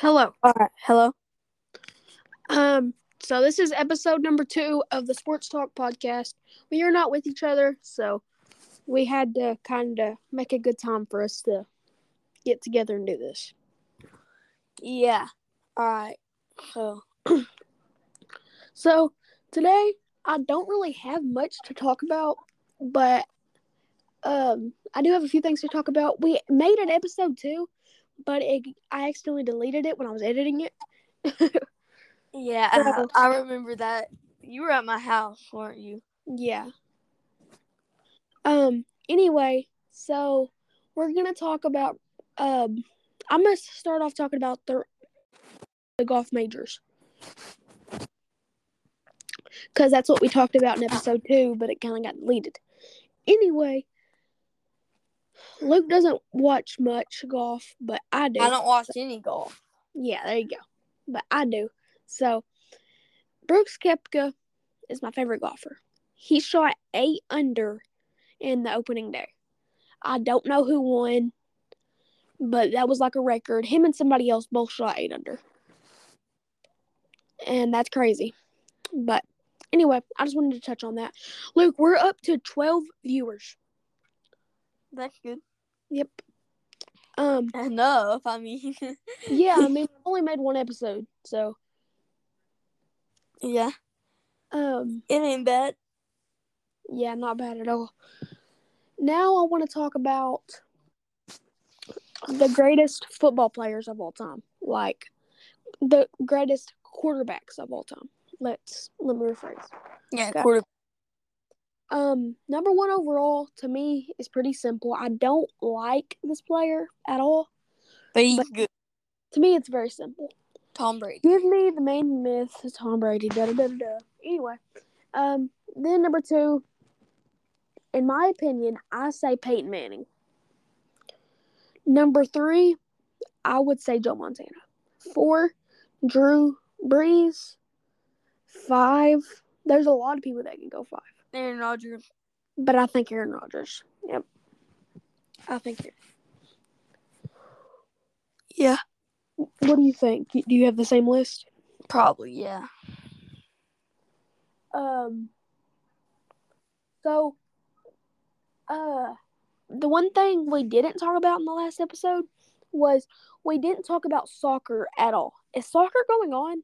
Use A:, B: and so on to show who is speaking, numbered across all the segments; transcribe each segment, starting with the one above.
A: Hello.
B: All right. Hello.
A: Um, so this is episode number two of the Sports Talk podcast. We are not with each other, so we had to kind of make a good time for us to get together and do this.
B: Yeah. All right. So
A: So today I don't really have much to talk about, but um, I do have a few things to talk about. We made an episode two, but it, I accidentally deleted it when I was editing it.
B: yeah,
A: So-
B: I, I remember that you were at my house, weren't you?
A: Yeah. Um. Anyway, so we're gonna talk about. Um, I'm gonna start off talking about the the golf majors because that's what we talked about in episode two, but it kind of got deleted. Anyway, Luke doesn't watch much golf, but I do.
B: I don't watch any golf.
A: Yeah, there you go. But I do. So, Brooks Kepka is my favorite golfer. He shot eight under in the opening day. I don't know who won, but that was like a record. Him and somebody else both shot eight under. And that's crazy. But anyway, I just wanted to touch on that. Luke, we're up to 12 viewers.
B: That's good
A: Yep. Um,
B: enough. I mean,
A: yeah, I mean, we only made one episode, so,
B: yeah,
A: um,
B: it ain't bad.
A: Yeah, not bad at all. Now I want to talk about the greatest football players of all time, like the greatest quarterbacks of all time. Let's let me rephrase.
B: Yeah,
A: Okay.
B: quarter-
A: Um, number one overall to me is pretty simple. I don't like this player at all.
B: but he's
A: But-
B: good.
A: To me, it's very simple.
B: Tom Brady.
A: Give me the main myth, Tom Brady. Da da da da. da. Anyway, um, then number two. In my opinion, I say Peyton Manning. Number three, I would say Joe Montana. Four, Drew Brees. Five, there's a lot of people that can go five,
B: Aaron Rodgers.
A: but I think Aaron Rodgers. Yep, I think. Aaron.
B: Yeah,
A: What do you think? Do you have the same list?
B: probably. Yeah,
A: Um. So, uh, the one thing we didn't talk about in the last episode was we didn't talk about soccer at all. Is soccer going on?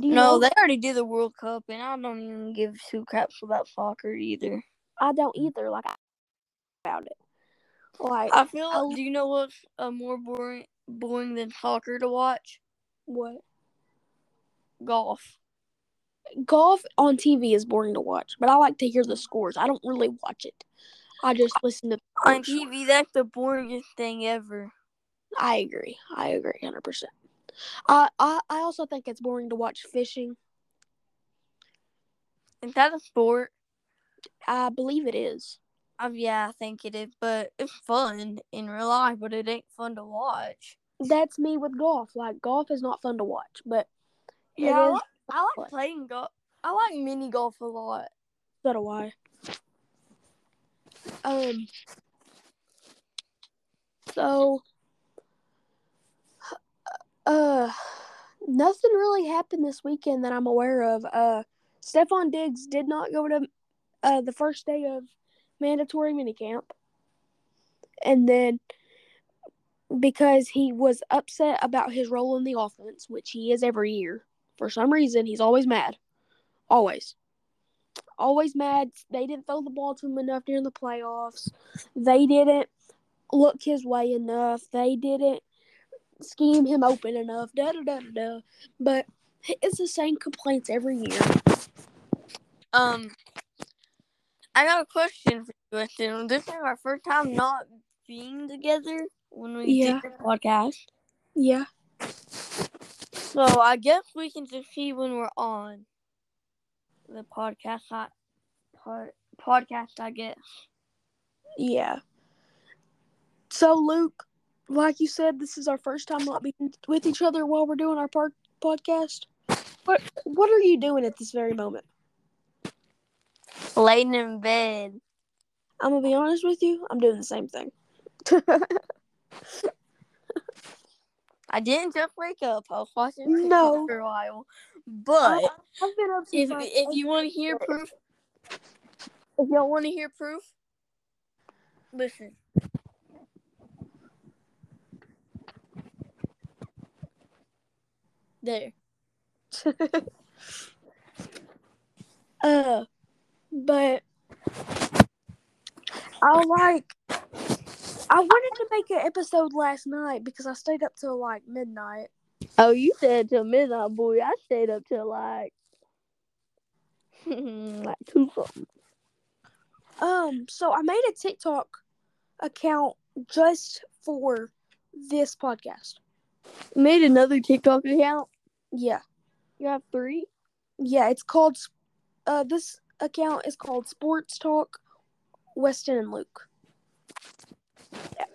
A: Do you
B: no,
A: know?
B: they already did the World Cup, and I don't even give two craps about soccer either.
A: I don't either. Like I about it. Like
B: I feel.
A: I-
B: do you know what's uh, more boring, boring than soccer to watch?
A: what?
B: Golf.
A: Golf on TV is boring to watch, but I like to hear the scores. I don't really watch it. I just listen to. the
B: On
A: scores.
B: TV, that's the boringest thing ever.
A: I agree. I agree, hundred percent. I I I also think it's boring to watch fishing.
B: Is that a sport?
A: I believe it is.
B: Um, yeah, I think it is, but it's fun in real life, but it ain't fun to watch.
A: That's me with golf. Like golf is not fun to watch, but
B: Yeah,
A: it
B: I,
A: is.
B: like, I like
A: What?
B: playing golf. I like mini golf a lot.
A: So do I. Um. So, uh, nothing really happened this weekend that I'm aware of. Uh, Stephon Diggs did not go to uh the first day of mandatory minicamp, and then because he was upset about his role in the offense, which he is every year. For some reason, he's always mad. Always. Always mad. They didn't throw the ball to him enough during the playoffs. They didn't look his way enough. They didn't scheme him open enough. Da da da da. da. But it's the same complaints every year.
B: Um, I got a question for you, Weston. This is our first time not being together when we
A: Yeah.
B: did the podcast.
A: Yeah.
B: So I guess we can just see when we're on the podcast. I, pod, podcast, I guess.
A: Yeah. So Luke, like you said, this is our first time not being with each other while we're doing our park podcast. What What are you doing at this very moment?
B: Laying in bed.
A: I'm gonna be honest with you. I'm doing the same thing.
B: I didn't just wake up. I was watching TikTok
A: No.
B: for a while. But
A: I've been up
B: if
A: since like
B: if you want to hear proof, if y'all want to hear proof, listen. There.
A: Uh, but I like. I wanted to make an episode last night because I stayed up till like midnight.
B: Oh, you stayed till midnight, boy. I stayed up till like like two something.
A: Um, so I made a TikTok account just for this podcast.
B: Made another TikTok account.
A: Yeah,
B: You have three.
A: yeah. It's called. Uh, this account is called Sports Talk, Weston and Luke.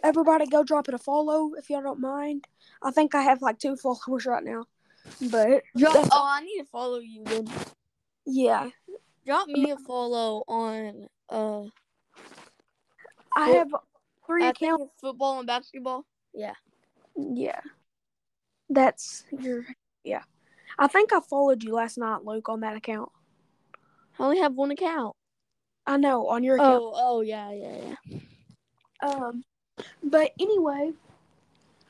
A: Everybody, go drop it a follow if y'all don't mind. I think I have like two followers right now, but
B: Drop, oh, I need to follow you then.
A: yeah,
B: Drop me a follow on uh
A: I
B: Well,
A: have three
B: I think
A: accounts.
B: it's football and basketball.
A: Yeah, that's your yeah. I think I followed you last night, Luke, on that account.
B: I only have one account.
A: I know on your account.
B: Oh, oh yeah, yeah, yeah.
A: Um, but anyway,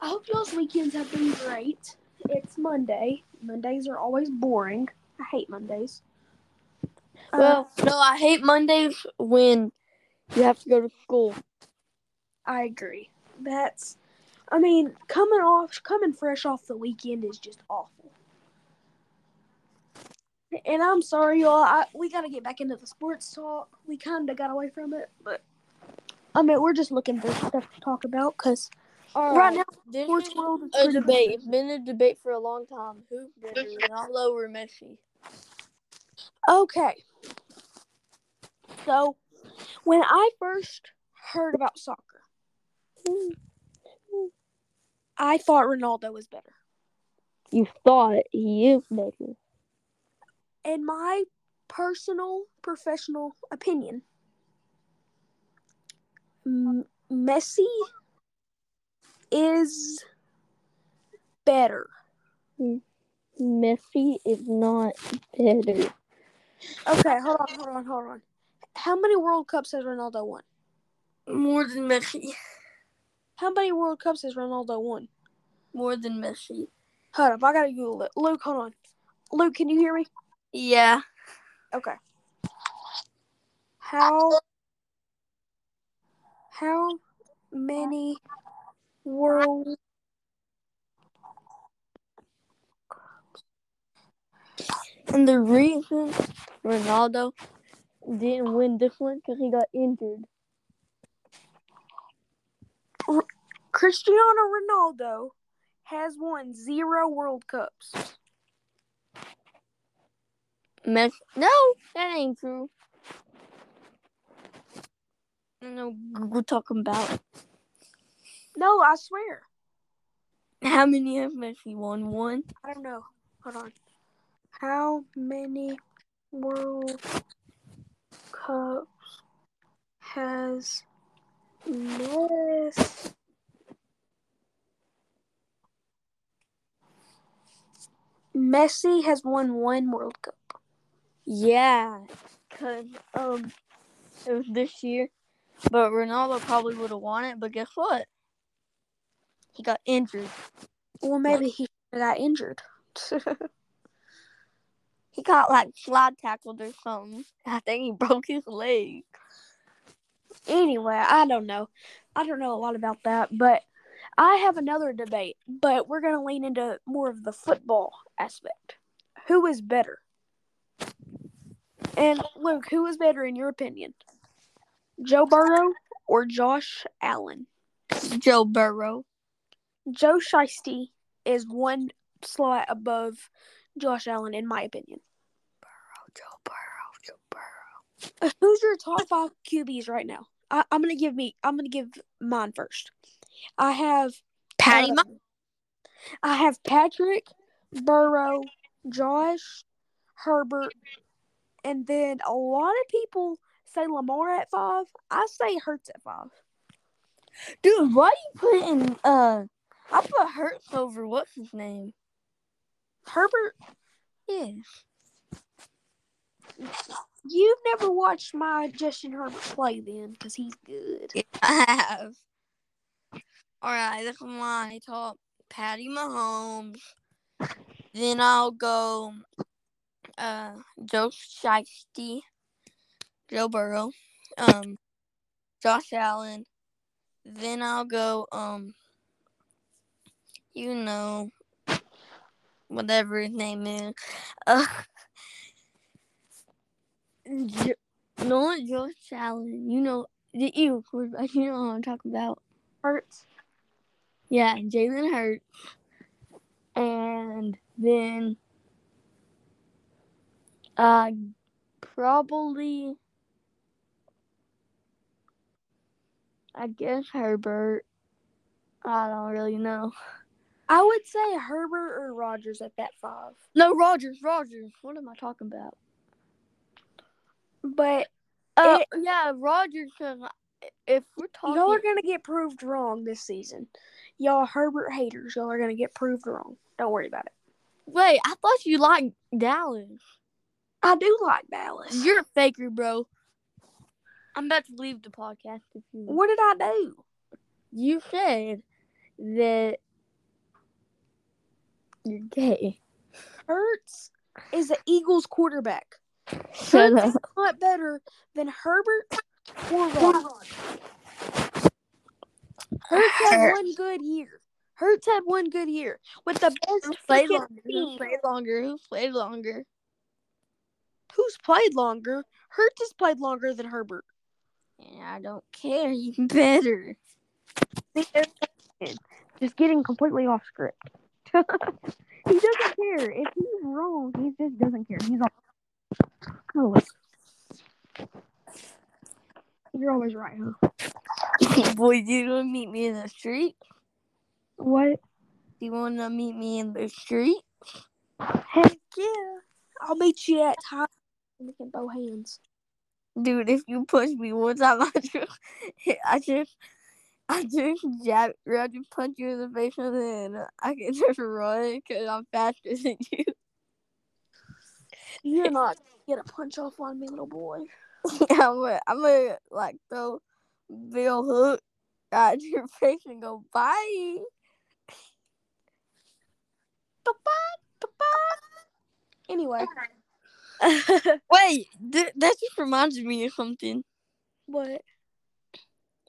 A: I hope y'all's weekends have been great. It's Monday. Mondays are always boring. I hate Mondays. Uh,
B: Well, no, I hate Mondays when you have to go to school.
A: I agree. That's, I mean, coming off, coming fresh off the weekend is just awful. And I'm sorry, y'all. I, we got to get back into the sports talk. We kind of got away from it, but I mean, we're just looking for stuff to talk about because right now,
B: this
A: sports
B: is
A: world is
B: a
A: pretty
B: debate. It's been a debate for a long time. Who's better, Ronaldo or Messi?
A: Okay. So, when I first heard about soccer, I thought Ronaldo was better.
B: You thought he is better.
A: In my personal, professional opinion, M- Messi is better.
B: Messi is not better.
A: Okay, hold on, hold on, hold on. How many World Cups has Ronaldo won?
B: More than Messi.
A: How many World Cups has Ronaldo won?
B: More than Messi.
A: Hold up, I gotta Google it. Luke, hold on. Luke, can you hear me?
B: Yeah.
A: Okay. How how many world
B: And the reason Ronaldo didn't win this one because he got injured.
A: Cristiano Ronaldo has won zero World Cups?
B: Messi. No, that ain't true. I don't know Google talking about
A: No, I swear.
B: how many has Messi won? One.
A: I don't know. Hold on. How many World Cups has Messi? Messi has won one World Cup.
B: Yeah, cause um, it was this year, but Ronaldo probably would have won it. But guess what? He got injured.
A: Well, maybe he got injured.
B: He got like slide tackled or something. I think he broke his leg.
A: anyway, I don't know. I don't know a lot about that, but I have another debate, but we're going to lean into more of the football aspect. Who is better? And Luke, who is better in your opinion? Joe Burrow or Josh Allen?
B: Joe Burrow.
A: Joe Shiesty is one slot above Josh Allen, in my opinion.
B: Oh, Joe Burrow. Joe Burrow.
A: Who's your top five QBs right now? I, I'm gonna give me. I'm gonna give mine first. I have
B: Patty.
A: Uh,
B: Mah-
A: I have Patrick, Burrow, Josh, Herbert, and then a lot of people say Lamar at five. I say Hurts at five.
B: Dude, why you putting uh I put Hurts over what's his name?
A: Herbert,
B: Yeah.
A: you've never watched my Justin Herbert play then, because he's good.
B: I have. All right, this is my top. Patty Mahomes. Then I'll go uh, Joe Shiesty, Joe Burrow, um, Josh Allen. Then I'll go, um, you know, whatever his name is. Uh, jo- no, Josh Allen. You know, the Eagles quarterback. You know what I'm talking about.
A: Hurts.
B: Yeah, Jalen Hurts. And then uh probably I guess Herbert. I don't really know.
A: I would say Herbert or Rogers at that five.
B: No, Rogers, Rogers. What am I talking about?
A: But
B: Uh,
A: It-
B: yeah, Rogers. 'cause I- if we're talking,
A: y'all are gonna get proved wrong this season. Y'all Herbert haters, y'all are gonna get proved wrong. Don't worry about it.
B: wait, I thought you liked Dallas.
A: I do like Dallas.
B: You're a faker, bro. I'm about to leave the podcast. If you
A: What did I do?
B: you said that you're gay.
A: Hurts is the Eagles quarterback.
B: Shut up.
A: Not better than Herbert or Rogers. Hurts had one good year. Hurts had one good year with the
B: Who
A: best
B: played
A: freaking
B: longer? Who
A: team.
B: played longer? Who played longer?
A: Who's played longer? Hurts has played longer than Herbert.
B: And I don't care. You better.
A: Just getting completely off script. he doesn't care. If he's wrong, he just doesn't care. He's Oh, always. You're always right, huh?
B: Boy, you want to meet me in the street?
A: What?
B: Do you want to meet me in the street?
A: Heck yeah. I'll meet you at time. We can bow hands.
B: Dude, if you push me one time, I just, I just, I just jab, I just punch you in the face, and then I can just run because I'm faster than you.
A: You're not gonna get a punch off on me, little boy.
B: I'm gonna, I'm gonna like throw Bill Hook at your face and go bye.
A: Anyway,
B: Wait, th- that just reminds me of something.
A: what?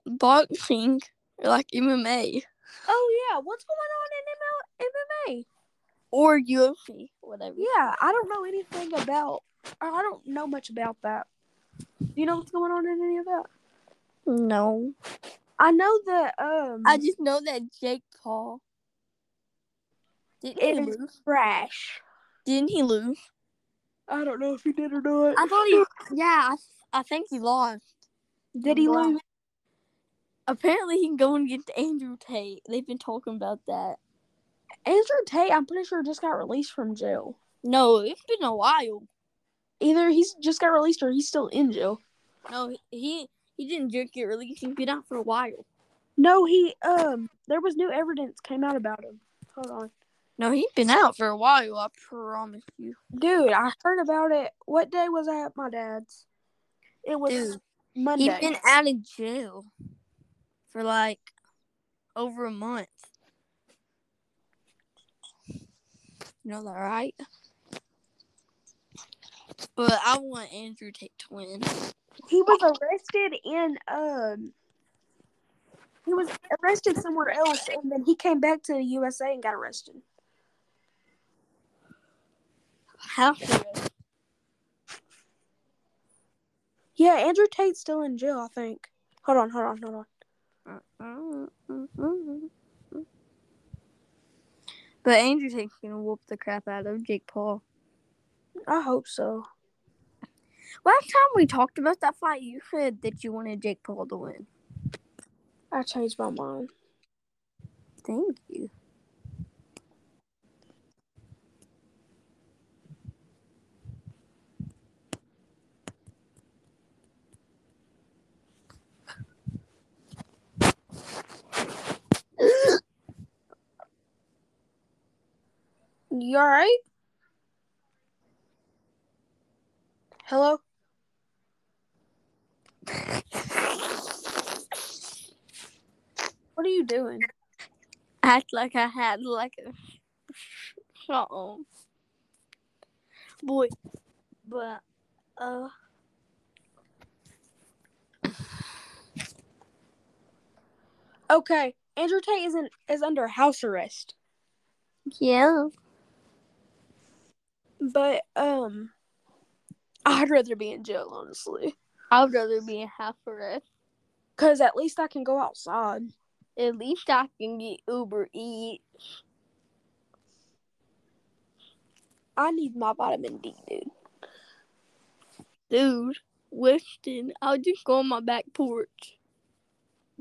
B: Boxing, like MMA
A: Oh yeah, what's going on in ML- MMA?
B: or UFC, whatever.
A: Yeah, I don't know anything about. I I don't know much about that. Do you know what's going on in any of that?
B: No,
A: I know that um
B: I just know that Jake Paul. Didn't he
A: It is-
B: lose?
A: Crash.
B: Didn't he lose?
A: I don't know if he did or not.
B: I thought he. Yeah, I, I think he lost.
A: did he
B: Wow.
A: lose?
B: Apparently, he can go and get Andrew Tate. They've been talking about that.
A: Andrew Tate, I'm pretty sure just got released from jail.
B: No, it's been a while.
A: Either he's just got released or he's still in jail.
B: No, he- he he didn't just get released. He's been out for a while.
A: No, he um there was new evidence came out about him. Hold on.
B: No, he's been out for a while. I promise you.
A: Dude, I heard about it. What day was I at my dad's? It was
B: Dude,
A: Monday.
B: He's been out of jail for like over a month. You know that, right? But I want Andrew Tate to win.
A: he was arrested in um he was arrested somewhere else and then he came back to the USA and got arrested.
B: How? to win.
A: Yeah, Andrew Tate's still in jail, I think. Hold on, hold on, hold on.
B: But Andrew Tate's gonna whoop the crap out of Jake Paul.
A: I hope so.
B: Last time we talked about that fight, you said that you wanted Jake Paul to win.
A: I changed my mind.
B: Thank you.
A: You all right? Hello? What are you doing?
B: Act like I had like a something. Boy, but uh,
A: Okay, Andrew Tate is in, is under house arrest,
B: yeah.
A: but um, I'd rather be in jail honestly,
B: I would rather be in half arrest.
A: cause at least I can go outside.
B: At least I can get Uber Eats.
A: I need my vitamin D, dude.
B: Dude, Winston, I'll just go on my back porch.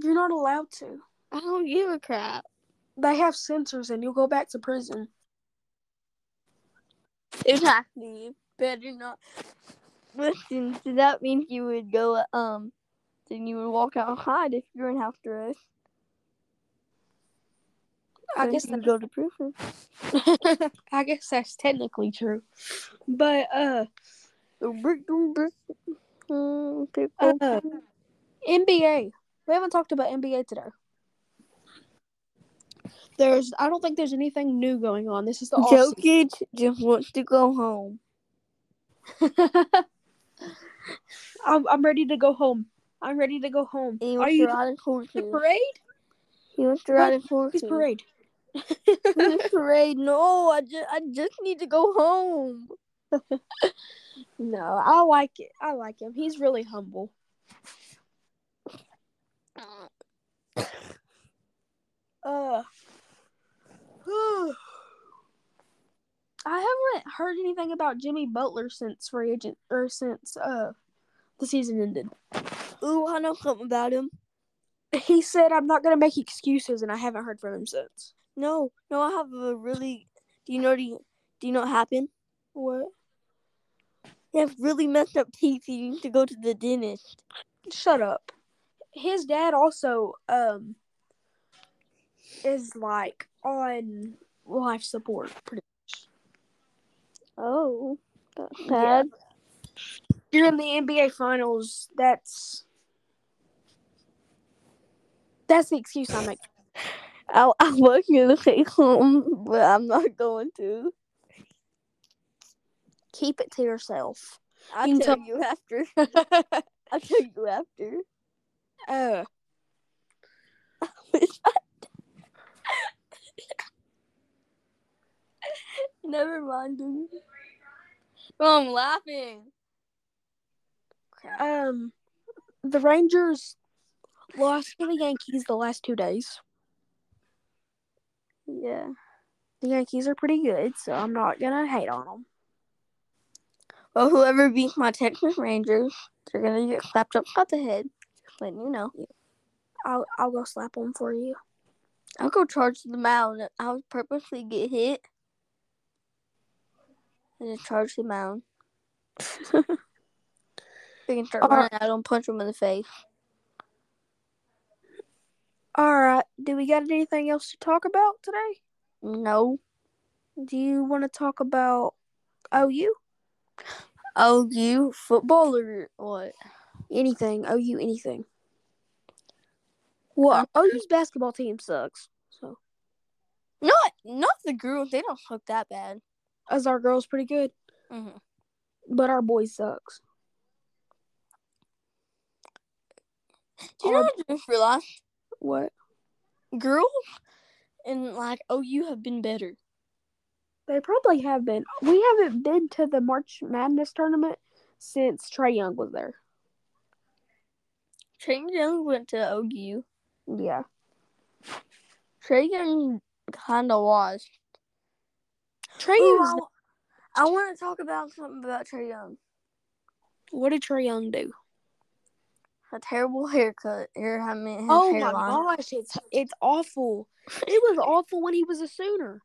A: You're not allowed to.
B: I don't give a crap.
A: They have sensors, and you'll go back to prison.
B: Exactly. You Better not. Listen, so that means you would go, um, then you would walk out and hide if you're in half dress.
A: I guess
B: you
A: that,
B: go to prison.
A: I guess that's technically true, but uh,
B: Hmm,
A: Uh, NBA. We haven't talked about NBA today. There's, I don't think there's anything new going on. This is the off
B: Jokic just wants to go home.
A: I'm, I'm ready to go home. I'm ready to go home.
B: He
A: Are
B: wants to
A: you
B: ride in
A: the
B: horses.
A: parade?
B: He wants to ride in horses.
A: It's parade.
B: Please parade. No, I just, I just need to go home.
A: No, I like it. I like him. He's really humble. Uh, I haven't heard anything about Jimmy Butler since free agent or since uh the season ended.
B: Ooh, I know something about him.
A: He said, "I'm not gonna make excuses," and I haven't heard from him since.
B: No, no, I have a really. Do you know? Do you, do you know what happened?
A: What?
B: He has really messed up teeth. He needs to go to the dentist.
A: Shut up. His dad also um is like on life support. Pretty.
B: Oh, that's
A: sad. You're in the NBA finals. That's that's the excuse I make.
B: I, I was gonna say home, but I'm not going to.
A: Keep it to yourself.
B: I'll
A: You can
B: tell
A: tell-
B: you after.
A: uh,
B: I'll tell you after. Oh. Never mind. dude. Oh, I'm laughing.
A: um, the Rangers lost to the Yankees the last two days.
B: Yeah.
A: The Yankees are pretty good, so I'm not gonna hate on them.
B: Well, whoever beats my Texas Rangers, they're gonna get slapped upside the head. Just letting you know.
A: I'll I'll go slap them for you.
B: I'll go charge them out. and I'll purposely get hit. And then charge them out. they can start
A: All
B: running out and punch them in the face.
A: All right. Do we got anything else to talk about today?
B: No.
A: Do you want to talk about OU?
B: Oh, you football or what?
A: Anything? OU? Anything? Well, OU's basketball team sucks. So,
B: Not, not the girls. They don't look that bad.
A: as our girls pretty good,
B: Mm-hmm.
A: but our boys sucks.
B: Do you know
A: Our-
B: what I just realized?
A: What?
B: Girls and like OU have been better.
A: They probably have been. We haven't been to the March Madness tournament since Trey Young was there.
B: Trey Young went to OU.
A: Yeah.
B: Trey Young kind of was.
A: Trey
B: Ooh,
A: Young.
B: I, I want to talk about something about Trey Young.
A: What did Trey Young do?
B: A terrible haircut. Or, I mean, his
A: Oh my
B: hairline.
A: gosh, it's it's awful. It was awful when he was a Sooner.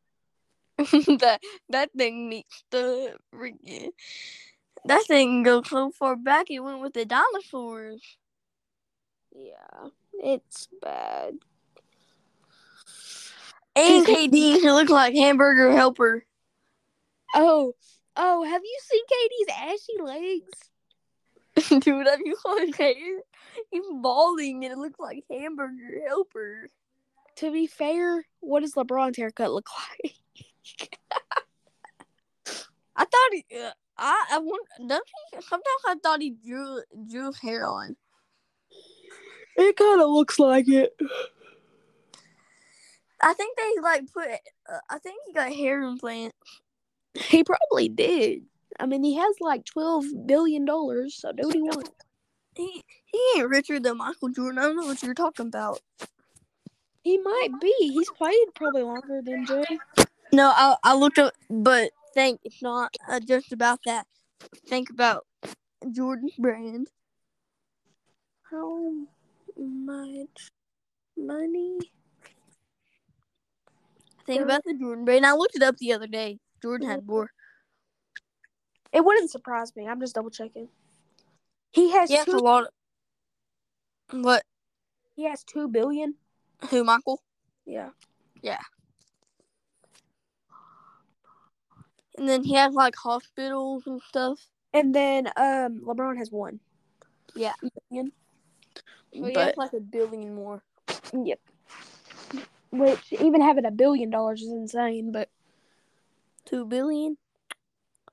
B: that that thing meets the freaking. That thing goes so far back. It went with the dinosaurs.
A: Yeah, it's bad.
B: And KD, she looks like hamburger helper.
A: Oh, oh, have you seen Katie's ashy legs?
B: Dude, have you seen hair? He's balding and it looks like hamburger helper.
A: To be fair, what does LeBron's haircut look like?
B: I thought he, uh, I, I want, don't he, sometimes I thought he drew, drew hair on.
A: It kind of looks like it.
B: I think they like put, uh, I think he got hair implants.
A: He probably did. I mean, he has like twelve billion dollars, so do what he wants.
B: He, he ain't richer than Michael Jordan. I don't know what you're talking about.
A: He might be. He's played probably longer than Jay.
B: No, I, I looked up, but think it's not uh, just about that. Think about Jordan's brand.
A: How much money?
B: Think about the Jordan brand. I looked it up the other day. Jordan had more.
A: It wouldn't surprise me. I'm just double checking. He has
B: He has a
A: two.
B: lot. Of, what?
A: He has two billion.
B: Who? Michael?
A: Yeah.
B: And then he has like hospitals and stuff.
A: And then um, LeBron has one.
B: Yeah.
A: Billion.
B: But he has
A: But-
B: like a billion more.
A: Yep. Which even having a billion dollars is insane, but
B: Two billion.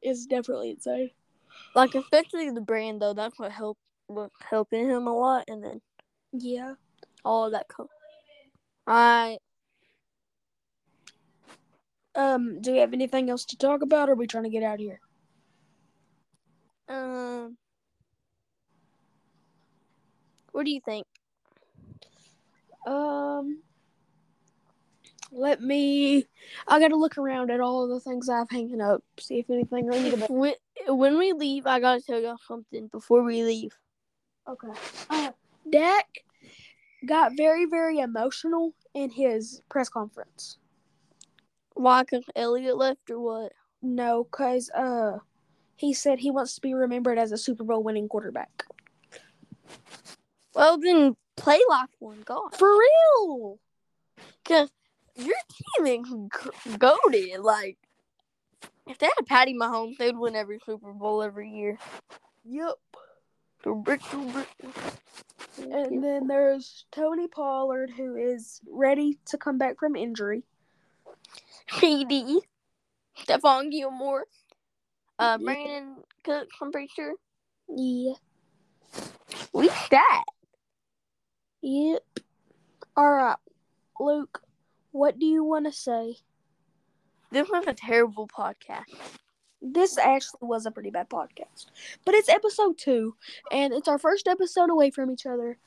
A: it's definitely insane.
B: Like especially the brand though. That's what helped was helping him a lot. And then
A: Yeah.
B: all of that. Co- all right.
A: Um. Do we have anything else to talk about? Or are we trying to get out of here?
B: Um. What do you think?
A: Um. Let me. I gotta look around at all of the things I've hanging up, see if anything I need to.
B: When, when we leave, I gotta tell y'all something before we leave.
A: Okay. Uh, Dak got very, very emotional in his press conference.
B: Why? Cause Elliot left or what?
A: No, because uh, he said he wants to be remembered as a Super Bowl winning quarterback.
B: Well, then play like one. God,
A: For real?
B: cause your team is g- goaded. Like, if they had Patty Mahomes, they'd win every Super Bowl every year.
A: Yep.
B: Super, super.
A: And then there's Tony Pollard, who is ready to come back from injury.
B: KD, Stephon Gilmore, uh,
A: Yeah.
B: Brandon Cook. I'm pretty sure
A: Yeah.
B: we stacked.
A: Yep. All right, Luke. What do you want to say?
B: This was a terrible podcast.
A: This actually was a pretty bad podcast, but it's episode two, and it's our first episode away from each other.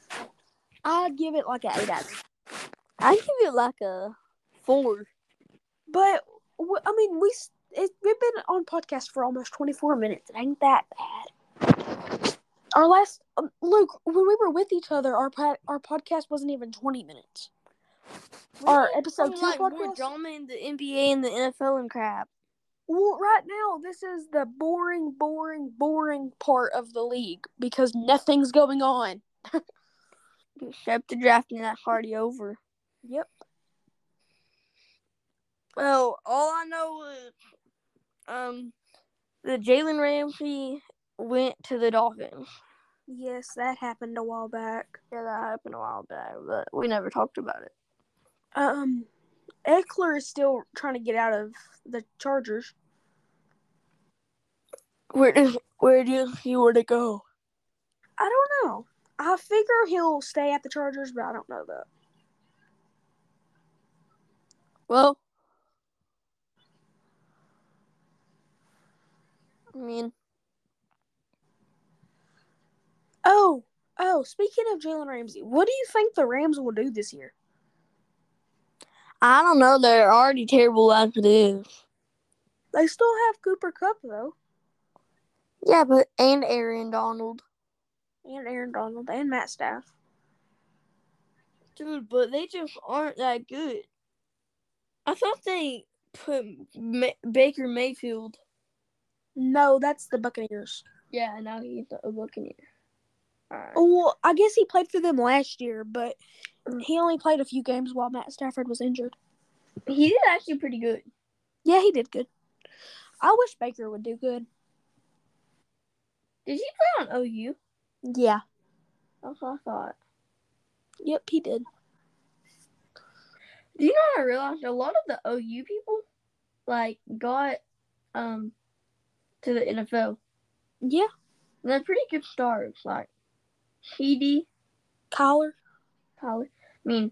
A: I'd give it like an eight out. of 10.
B: I give it like a four.
A: But w- I mean, we s- it, we've been on podcast for almost twenty four minutes. It ain't that bad. Our last um, Luke, when we were with each other, our pod, our podcast wasn't even twenty minutes. Our episode
B: Some,
A: two
B: like more
A: podcast.
B: drama in the NBA and the NFL and crap.
A: Well, right now, this is the boring, boring, boring part of the league because nothing's going on.
B: Except the drafting that's already over.
A: Yep.
B: Well, all I know is um the Jalen Ramsey went to the Dolphins.
A: Yes, that happened a while back.
B: Yeah, that happened a while back, but we never talked about it.
A: Um, Eckler is still trying to get out of the Chargers.
B: Where does where do you want to go?
A: I don't know. I figure he'll stay at the Chargers, but I don't know that.
B: Well, I mean,
A: Oh, oh, speaking of Jalen Ramsey, what do you think the Rams will do this year?
B: I don't know. They're already terrible as it is.
A: They still have Cooper Cup, though,
B: Yeah, but and Aaron Donald.
A: and Aaron Donald and Matt Staff.
B: Dude, but they just aren't that good. I thought they put Ma- Baker Mayfield.
A: No, that's the Buccaneers.
B: Yeah, now he's a Buccaneer. Alright.
A: Well, I guess he played for them last year, but he only played a few games while Matt Stafford was injured.
B: He did actually pretty good.
A: Yeah, he did good. I wish Baker would do good.
B: Did he play on OU?
A: Yeah.
B: That's what I thought.
A: Yep, he did.
B: Do you know what I realized? A lot of the OU people like got um to the NFL.
A: Yeah.
B: And they're pretty good stars, like CD
A: Collar.
B: Collins. I mean,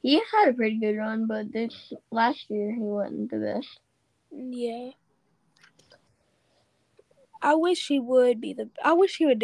B: he had a pretty good run, but this last year he wasn't the best.
A: Yeah. I wish he would be the. I wish he would do.